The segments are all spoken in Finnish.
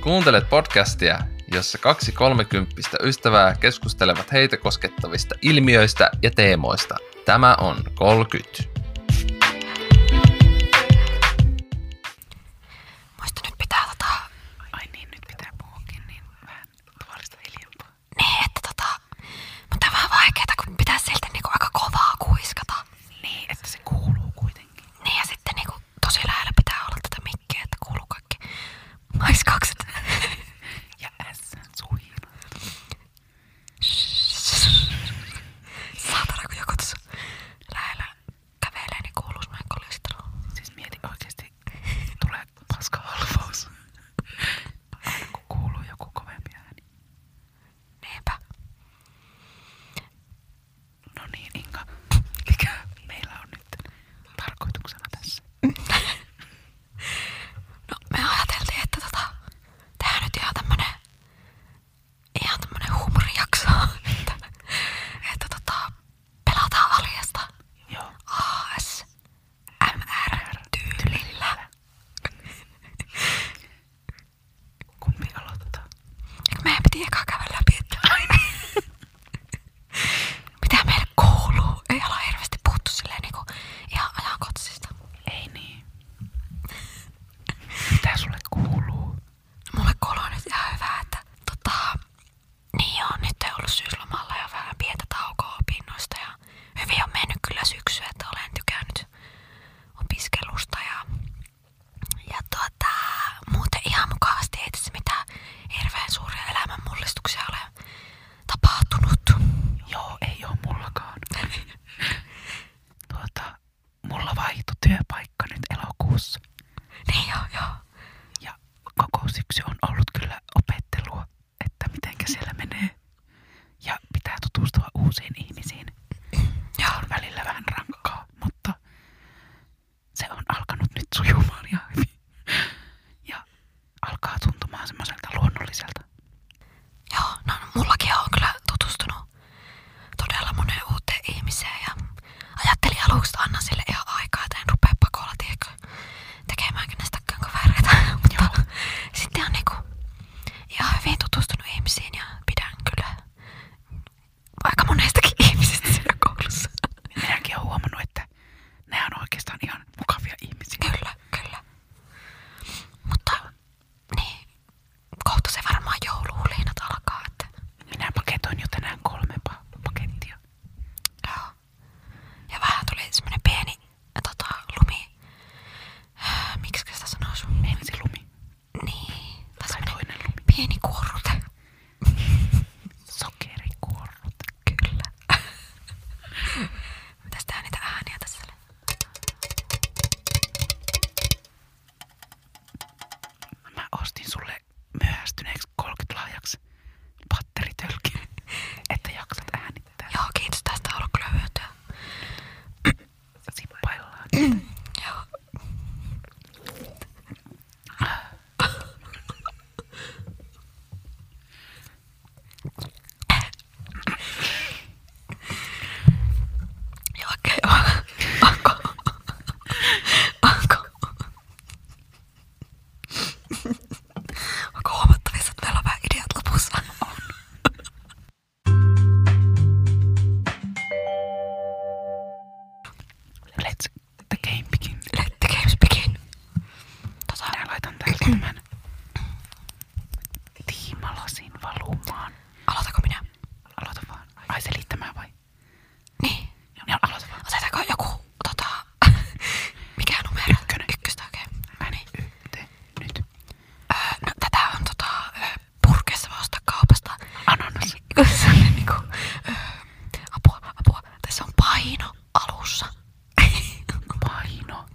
Kuuntelet podcastia, jossa kaksi kolmekymppistä ystävää keskustelevat heitä koskettavista ilmiöistä ja teemoista. Tämä on 30. Muista nyt pitää tota, Ai niin, nyt pitää puhukin niin vähän tuorista hiljempaa. niin että tota, mutta on vähän vaikeeta, kun pitää silti niinku aika kovaa kuiskata. Niin, että se kuuluu kuitenkin. Niin ja sitten niinku tosi lähellä pitää olla tätä mikkiä, että kuuluu kaikki maiskakset. Ja S suhina. Saatana, kun joku tuossa lähellä kävelee, niin kuuluu semmoinen kolistelu. Siis mieti oikeesti, tulee paska halvaus. Aina kun kuuluu joku kovempi ääni. Niinpä. No niin, Inka. Mikä meillä on nyt tarkoituksena tässä? No me ajateltiin, että tota, tehdään nyt ihan tämmönen, ihan tämmönen huumorijakso. että, että tota, pelataan valjasta. Joo. ASMR-tyylillä. Kumpi aloittaa? Eikö meidän piti eka käydä läpi, että niin. mitä meille kuuluu? Ei olla hirveästi puhuttu silleen niinku ihan ajankohtaisista. Ei niin. Mitä sulle kuuluu? Mulle kuuluu nyt ihan hyvää, että tota, niin joo, nyt ei ollut syyslomalla ja vähän pientä taukoa opinnoista ja hyvin on mennyt kyllä syksy, että olen tykännyt opiskelusta ja, ja tuota, muuten ihan mukavasti ei tässä mitään hirveän suuria elämänmullistuksia ole tapahtunut. Joo, ei oo mullakaan. Tuota, mulla vaihtui työpaikka nyt elokuussa. Niin joo, joo. Ja koko syksy on ollut kyllä opettelua, että mitenkä siellä menee. Ja pitää tutustua uusiin ihmisiin. Ja on välillä vähän rankkaa, mutta se on alkanut nyt sujumaan ihan hyvin. Ja alkaa tuntumaan semmoiselta luonnolliselta. Joo, no no, mullakin on kyllä tutustunut todella moneen uuteen ihmiseen ja ajattelin aluksi, että annan sille ihan aikaa, että en rupea pakolla, tiedätkö, tekemään kenestäkään kavereita. Mutta sitten on niinku ihan hyvin tutustunut ihmisiin ja pidän kyllä aika monestakin ihmisistä siellä koulussa. Minäkin olen huomannut, että nämä on oikeastaan ihan mukavia ihmisiä. Kyllä, kyllä. Mutta niin, kohta se varmaan jouluhuliinat alkaa, että Minä paketoin jo tänään kolme pa- pakettia. Joo. Ja vähän tuli semmonen pieni tota, lumi. Miksi sitä sanoisi? Ensilumi Niin. Tai tai semmonen toinen lumi. pieni kuorrute. Sokerikuorrut. Kyllä. Mitäs tää niitä ääniä tässä? oli? Mä ostin sulle myöhästyneeksi 30 lahjaksi patteritölkin, että jaksat äänittää. Joo, kiitos. Tästä on ollut kyllä hyötyä. Sippaillaan. Joo. Joo, okei. Onko? Onko? Onko huomattavissa, että meillä on vähän ideat lopussa? Let's the game begin. Let the games begin. Tota, Minä laitan täältä tämän tiimalasin valumaan. aloitanko minä? Aloita vaan. Ai se liittämään vai? Niin. Joo, aloita vaan. Otetaanko joku, tota, mikä numero? Ykkönen. Ykköstä, okei. Ääni yhteen. Nyt. Öö, no, tätä on tota, öö, purkissa voi ostaa kaupasta. Ananas. Kun se on niinku, öö, apua, apua. Tässä on paino alussa. Paino.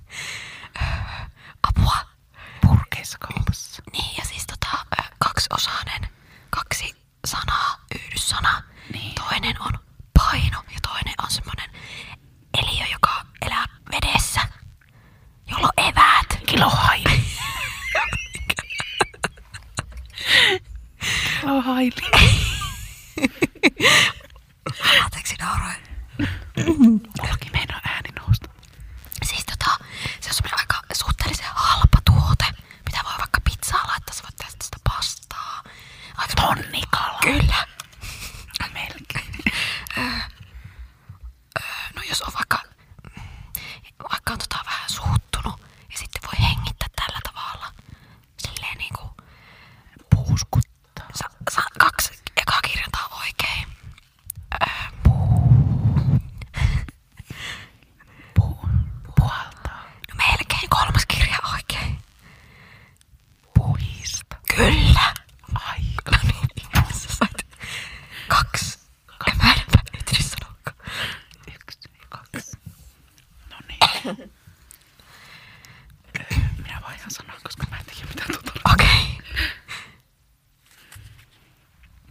Apua. Purkeissa kaupassa. Niin, ja siis tota, öö, kaksiosainen, kaksi sanaa, yhdyssana. Niin. Toinen on paino ja toinen on semmonen eliö, joka elää vedessä, jolla on eväät. Kilohaili. Kilohaili. Anteeksi, nauroin. Mullakin meinaa ääni nousta. Siis tota, se on semmoinen aika suhteellisen halpa tuote, mitä voi vaikka pizzaa laittaa, sä voit tehdä sitä pasta no tota niinku No No niin. mitään sanoa, koska mä en tiedä mitä tuota Okei.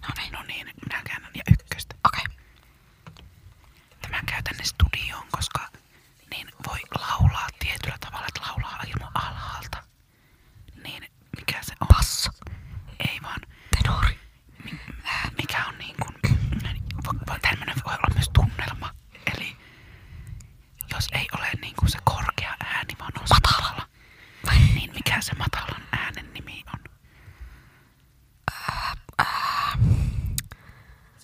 No niin. No niin, nyt minä käännän ja ykköstä. Okei. Tämä käy tänne studioon, koska niin voi laulaa tietyllä tavalla, että laulaa ilman alhaalta. Niin mikä se on? Basso. Ei vaan, Tenori. mikä on niin kuin, voi, tämmönen voi olla myös tunnelma. Eli jos ei ole niin kuin se korkea ääni, vaan on se matala. Niin mikä se matalan äänen nimi on?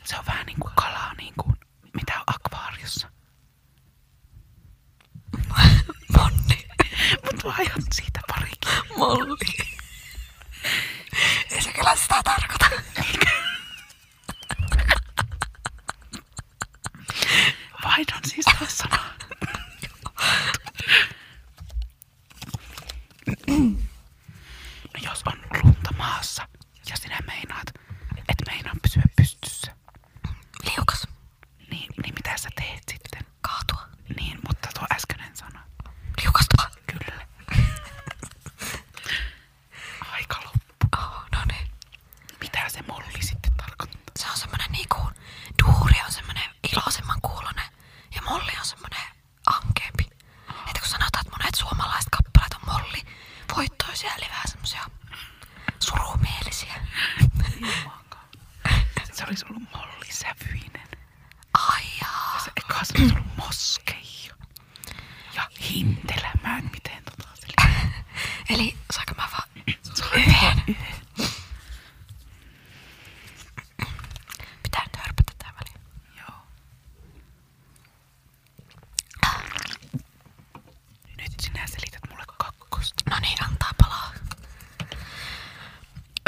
Se on vähän niin kuin kalaa, niin kuin, mitä on akvaariossa. Monni. Mut mä aion siitä parikin. Molli. Ei se kyllä sitä tarkoita. Vaihdan siis taas sanaa. No jos on lunta maassa ja sinä meinaat, et meinaa pysyä pystyssä, Liukas. niin, niin mitä sä teet sitten? Kaatua. Niin, mutta tuo äskeinen sana. Liukastua. Kyllä. Aika loppu. Oh, no niin. Mitä se molli sitten tarkoittaa? Se on semmonen niinku, duuri on semmonen iloisemman kuulonen ja molli on semmonen ankeampi. Että kun sanotaan, että monet suomalaiset kappaleet on molli, voittoisia eli vähän semmosia surumielisiä. Se olisi ollut mollisävyinen. Ai jaa. Se eka se olisi ollut moskeija. Ja hintelä. Mä en miten tota se Eli saanko mä vaan liittyy. pitää nyt hörpätä tää väliin. Joo. Nyt sinä selität mulle kakkosta. No niin, antaa palaa.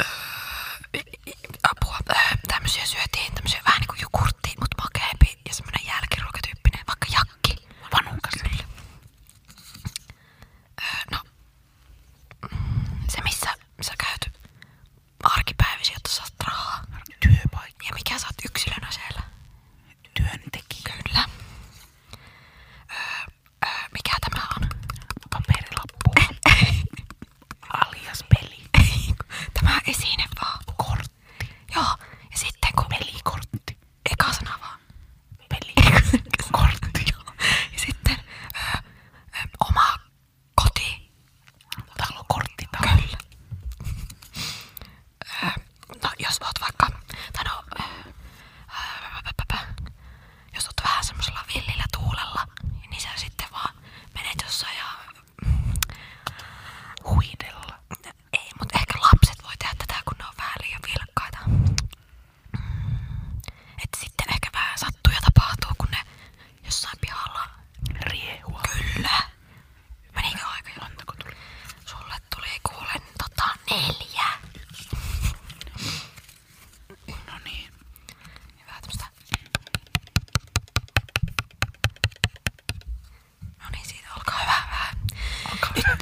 Öö, i- i- Apua. Öö, Tämmösiä syötiin, tämmösiä vähän niinku jukurttiin, mut makeempi ja semmonen jälkiruokatyyppinen, vaikka jakki. Vanukas. Kyllä. Öö, no, mm, se missä sä käyt arkipäivisin, jotta saat rahaa. Työpaikka. Ja mikä sä oot yksilönä siellä? Työntekijä. Kyllä. Öö, öö, mikä tämä on? Paperilappu. Alias peli. Tämä esine vaan. Kortti. Joo, ja sitten kun... Pelikortti. Eka sana vaan. Peli. Kortti. Ja sitten öö, öö, oma koti. Tuota, Talo. Kortti. Talo. Kyllä. Öö, no, jos oot vaikka, tai no, öö, öö, pä, pä, pä. jos oot vähän semmosella villillä tuulella, niin sä sitten vaan menet jossain ja, Huidella. ei, mut ehkä lapset voi tehdä tätä, kun ne on vähän liian vilkkaita. Mm. Et sitten ehkä vähän sattuu ja tapahtuu, kun ne jossain pihalla, Riehua. kyllä, menikö aika jo? Montako tuli? Sulle tuli kuulen tota neljä. No niin. Hyvä tämmöstä. No niin, siitä olkaa hyvä. Vähän.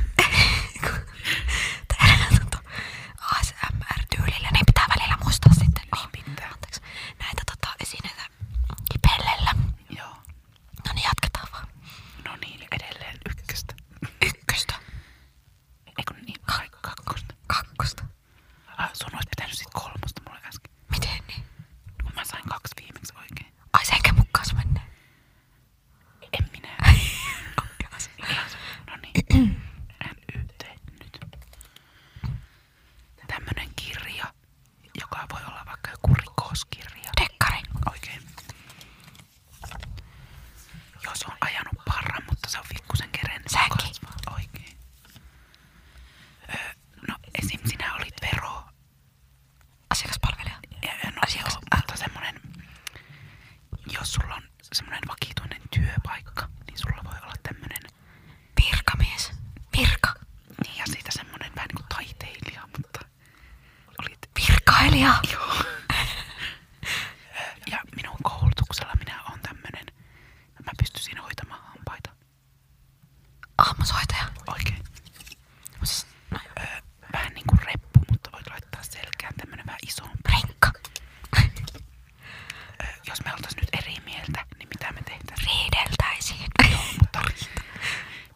Tehdään tota ASMR-tyylillä, niin pitää välillä muistaa sitten. Niin pitää. Anteeksi. Näitä tota esineitä kipellellä. Joo. No niin, jatketaan vaan. No niin. Edelleen ykköstä. Ykköstä, Eikö niin? Kai kakkosta. kakkosta. Ah, sun olisi pitänyt sit kolmosta mulle äsken. Miten niin? Kun mä sain kaksi viimeksi oikein. Ai senkä mukaan se menee. En minä. No niin. NYT nyt. Tämmönen kirja, joka voi olla vaikka joku rikoskirja. Dekkari. Oikein. Jos on ajanut parran, mutta se on pikkusen keren Säkin. Oikein. Öö, no esim. sinä olit vero. Asiakaspalvelija. Ja- ja No joo, mutta semmonen, jos sulla on semmonen vakituinen työpaikka, niin sulla voi olla tämmönen Virkamies. Virka. Niin ja siitä semmonen vähän niinku taiteilija, mutta olit... Virkailija. Joo. ja minun koulutuksella minä on tämmönen, mä pystyisin hoitamaan hampaita. Hammashoitaja. Oikein. Siis, no joo. Öö, vähän niinku reppu, mutta voit laittaa selkään tämmönen vähän isompi. Rinkka. Öö, jos me oltais nyt eri mieltä, niin mitä me tehtäis? Riideltäisiin. Mutta,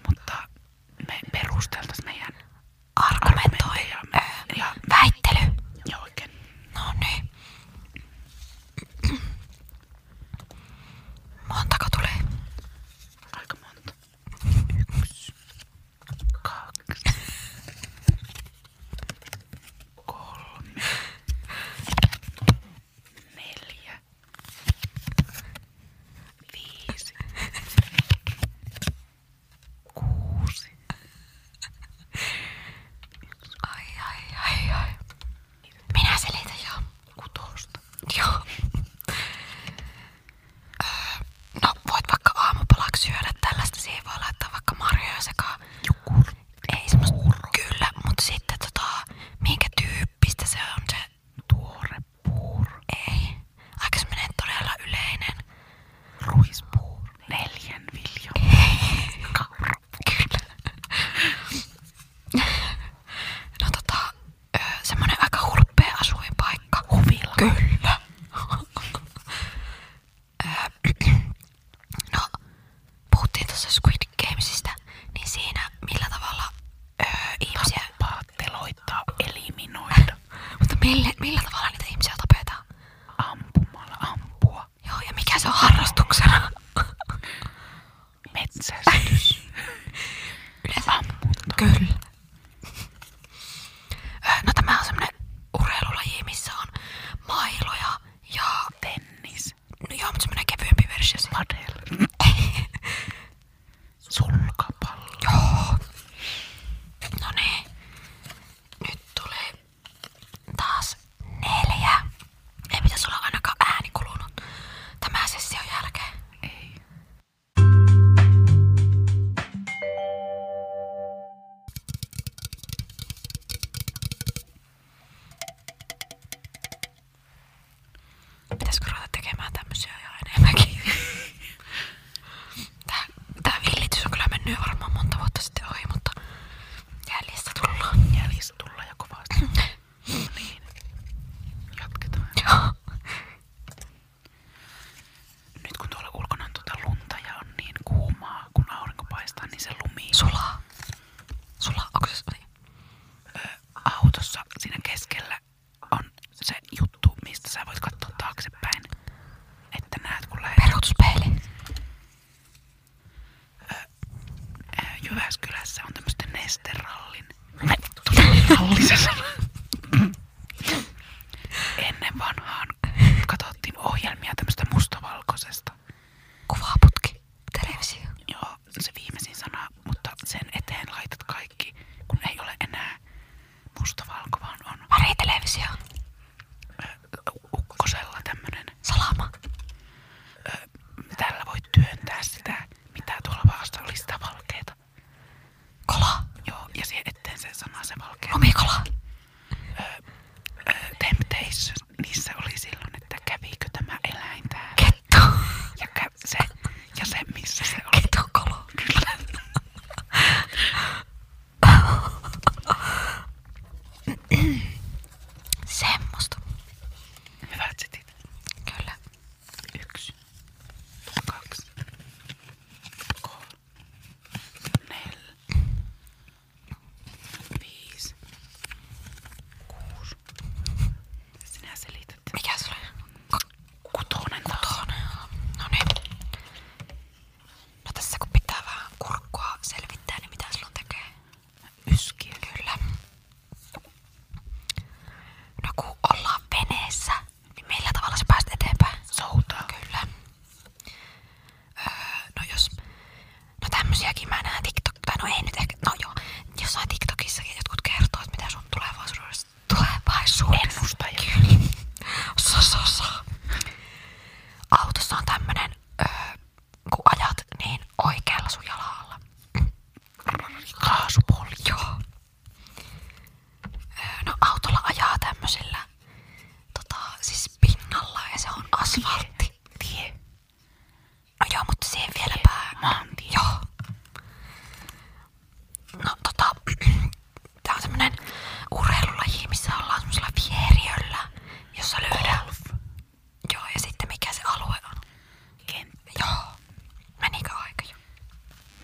mutta me perusteltais meidän Öö, no, tota, No tota, no, niin Kyllä. Ö, No tämä on semmonen urheilulaji, missä on mailoja ja... Tennis. No joo, mutta semmonen kevyempi versio. siitä. Padel. Sulkapallo. No niin. Nyt tuli taas neljä. Ei pitäisi olla ainakaan ääni kulunut tämän session jälkeen. Ei. Pitäisikö ruveta tekemään tämmösiä jo enemmänkin? Tää, tää villitys on kyllä mennyt jo varmaan monta vuotta sitten ohi, mutta jäljestä tullaan. Jäljissä tulla ja kovasti. No niin. Jatketaan. Joo. Nyt kun tuolla ulkona on tuota lunta ja on niin kuumaa, kun aurinko paistaa, niin se lumi Sulaa. Sulaa, onko se niin? autossa siinä keskellä on se juttu, mistä sä voit katsoa taaksepäin. Että näet, kun lähdet Peruutuspeili. ää, Jyväskylässä on tämmösten nesterallin. Ralli se sanoo. Ennen vanhaan katsottiin ohjelmia tämmöstä mustavalkoisesta. Kuvaputki. Televisio. Joo, se viimeisin sana, mutta sen eteen laitat kaikki, kun ei ole enää mustavalko, vaan on Väritelevisio. ukkosella tämmönen. Salama. Tällä voi työntää sitä, mitä tuolla vasta oli sitä valkeeta. Kola. Joo, ja siihen eteen se sana se valkea. Lumikola. Ö, Temptation, niissä oli silloin, että kävikö tämä eläin täällä. Kettu. Ja, kä- se, ja se, missä se oli. Kettukolo. Kyllä. Semmosta. Hyvät setit. Kyllä. Yksi, kaksi, kolme, neljä, viisi, kuusi. Sinä selität. Mikä se oli? Kutonen taas. Tuonne, joo. No niin. No tässä kun pitää vähän kurkkua selvittää, niin mitä silloin tekee? Yskiä. Kyllä. No kun ollaan veneessä, niin millä tavalla sä pääset eteenpäin? Soutaa. Kyllä. Öö, no jos... No tämmösiäkin mä näen TikTok... Tai no ei nyt ehkä... No joo. Jossain TikTokissakin jotkut kertoo, että mitä sun tulevaisuudessa... Tulevaisuudessa... Ennustaja. Kyllä. So, so, so. Autossa on tämmönen... Öö, kun ajat, niin oikealla sun jalalla. Kaasupuoli. Joo. Öö, No autolla ajaa tämmöisellä tota, siis pinnalla ja se on asfaltti. Tie. No joo, mutta siihen vieläpä... Maantie. Joo. No tota, tää on semmonen urheilulaji, missä ollaan semmoisella vieriöllä, jossa lyödään... Joo, ja sitten mikä se alue on. Kenttä. Joo. Menikö aika jo?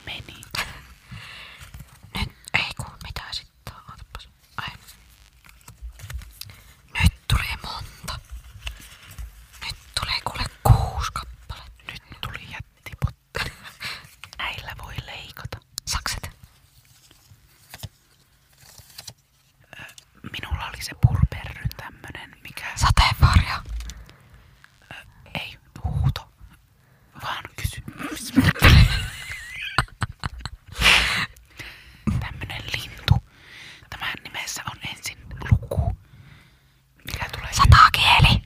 Meni. Nyt, ei kun, mitä sitten on? Ootapas. Ai. Nyt tulee monta. Nyt tulee kuule kuusi kappaletta. Nyt tuli jättipotti. Näillä voi leikata. Sakset. Minulla oli se purperryn tämmönen, mikä Sateenvarjo. ei huuto, vaan kysymys. tämmönen lintu. Tämän nimessä on ensin luku, mikä tulee Satakieli.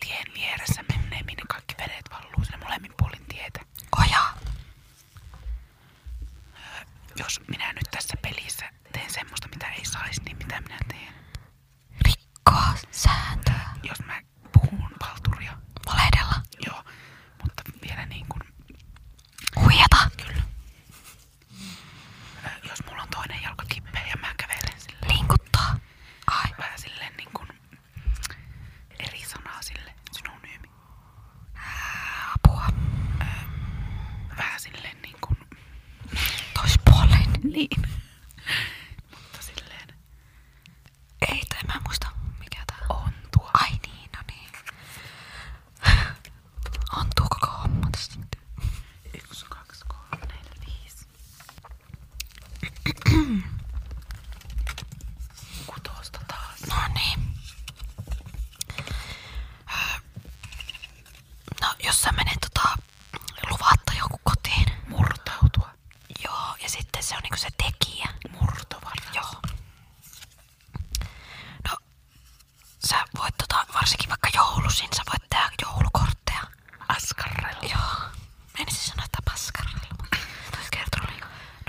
tien vieressä menee, minne kaikki vedet valluu sinne molemmin puolin tietä. Oja. Jos minä nyt tässä pelissä teen semmoista, mitä ei saisi, niin mitä minä teen? Rikkoa sääntöä. Jos mä puhun valturia, Valehdella. joo, mutta vielä niin kuin Huijata. Kyllä. Ö, Jos mulla on toinen jalka kipeä ja mä kävelen sille, Linkuttaa. Niin, Ai. vähän silleen niin kuin eri sanaa sille, synonyymi. Apua. Vähän silleen niin kuin, Toispuoleinen. niin. Mutta silleen Ei, tai mä en muista mikä tää on. on tuo. Ai niin, no niin. On tuo koko homma tästä. Yksi, kaksi, kolme, neljä, viisi. Kutosta taas. No niin. Äh, No, jos sä menet tota, luvatta joku kotiin. Murtautua. Joo, ja sitten se on niinku se tekijä. Murtovara. Joo. No, sä voit tota, varsinkin vaikka joulusin, sä voit tehdä joulukortteja. Askarrella. Joo. Menisin sanoa, että paskarilla, mutta toi kertoi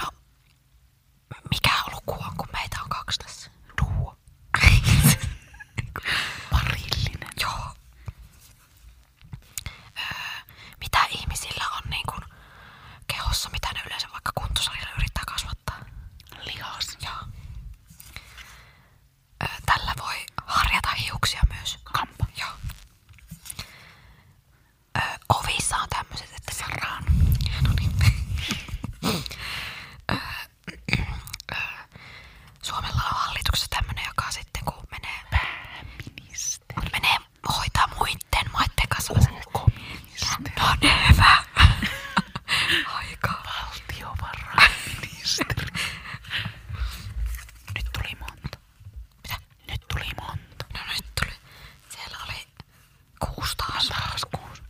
No, mikä luku on, kun meitä on kaksi tässä? Duo. Parillinen. Joo. Öö, mitä ihmisillä on niin kuin kehossa, mitä ne yleensä vaikka kuntosalilla yrittää kasvattaa? Lihas. Joo. Öö, tällä voi harjata hiuksia myös. Kampa. Joo. Öö, ovissa on tämmöiset, että saraan. No niin. Öö, öö, Suomella on hallituksessa tämmönen, joka sitten kun menee, Ministeri. menee hoitaa muiden maiden kanssa. Ulkoministeri. No niin, hyvä. Aika. Valtiovarainministeri. Nyt tuli monta. Mitä? Nyt tuli monta. No nyt tuli. Siellä oli kuusi taas. Taas kuusi.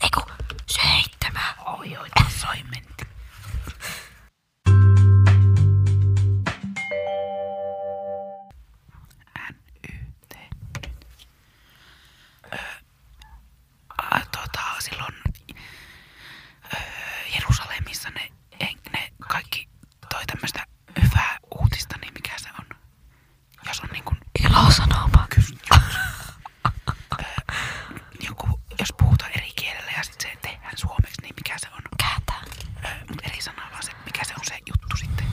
Ei kun seitsemän. Oi, oi, tasoimentti. NYT. Ö, a, tota, silloin ö, Jerusalemissa ne, en, ne kaikki toi tämmöistä hyvää uutista, niin mikä se on? Jos on niin kuin Ilosanoma. joku, jos puhutaan eri kielellä ja sitten se tehdään suomeksi, niin mikä se on? Kääntää. Öö, mut eri sanalla se, mikä se on se juttu sitten.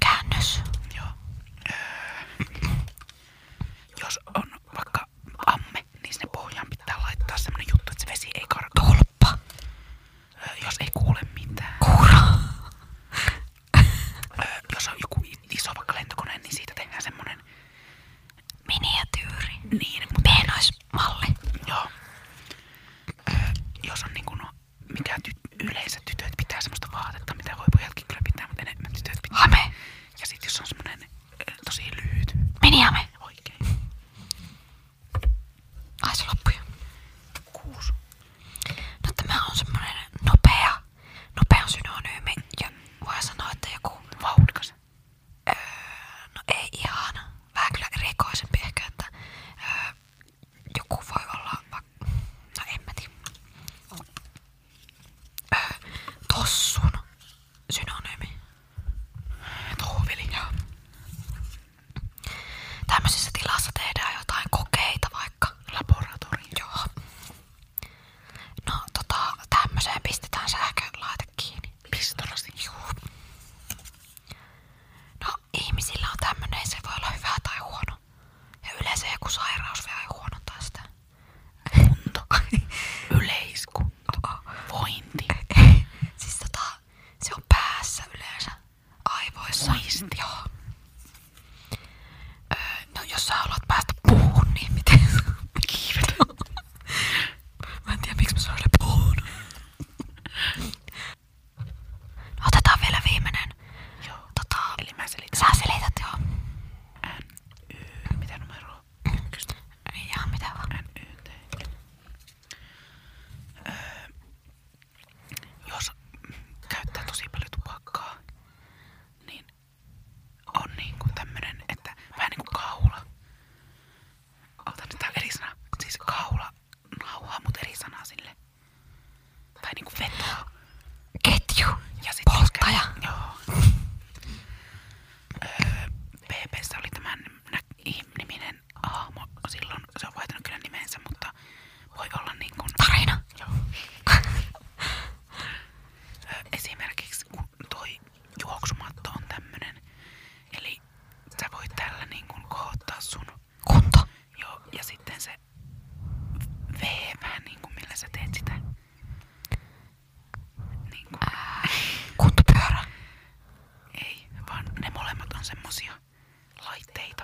Käännös. Joo. Öö, jos on vaikka amme, niin sinne pohjaan pitää laittaa semmonen juttu, että se vesi ei karkaa. Tulppa. Öö, jos ei kuule mitään. Kuura. Öö, jos on joku i- iso vaikka lentokone, niin siitä tehdään semmonen Miniatyyri. niin, mutta Pienoismalli. joo. Öö, jos on niinku no, mikä ty- yleensä tytöt pitää semmoista vaatetta, mitä voi pojatkin kyllä pitää, mutta enemmän tytöt pitää. Hame. Ja sit jos on semmonen öö, tosi lyhyt, Minihame. oikein, Ai se loppui. jo. kuusi. No tämä on semmonen nopea. Nopea on synonyymi. Ja voi sanoa, että joku Vauhdikas. No ei ihan. Vähän kyllä erikoisempi ehkä, että öö, joku voi olla vaikka... No en mä tiedä. Öö, tossun synonyymi. Tohveli. Joo. Tämmöisessä tilassa tehdään jotain kokeita vaikka. Laboratori. Joo. No tota, tämmöiseen pistetään sähkölaite kiinni. Pistolasi. Juu. No, ihmisillä on tämmönen, se voi olla hyvä tai huono. Ja yleensä joku sairaus vielä huonontaa sitä. Kunto. Yleiskunto. Vointi. Oh, Siis tota, se on päässä yleensä. Aivoissa. Muisti. Joo. Öö, no, jos sä haluat päästä puuhun, niin miten? Kiivet. mä en tiedä, miksi mä sanoin puuhun. No, otetaan vielä viimeinen. Joo. Tota, Eli mä selitän. sä selität joo. Mitä numero? Ykköstä. Ihan mitä vaan. NYT. Öö, Jos käyttää tosi paljon tupakkaa, niin on niinku tämmönen, että vähän niinku kaula. Ota nyt tää eri sana. Siis kaula, nauhaa, mut eri sana sille. Vähän niinku vetoa. Ketju. Ja sit Polttaja. Käy, joo. Öö, PPssä oli tämä nä- ihm- niminen hahmo. Silloin se on vaihtanut kyllä nimensä, mutta voi olla niin kuin... Tarina. Joo. öö, esimerkiksi kun toi juoksumatto on tämmönen. Eli sä voit tällä niin kuin kohottaa sun. Kunto. Joo, ja sitten se V vähän niin kuin millä sä teet sitä. Niin kuin. Kuntopyörä. Ei, vaan ne molemmat on semmosia laitteita, tota niin Öö, tota niin. niinku tota Niin, niinku tota No niin. No niin,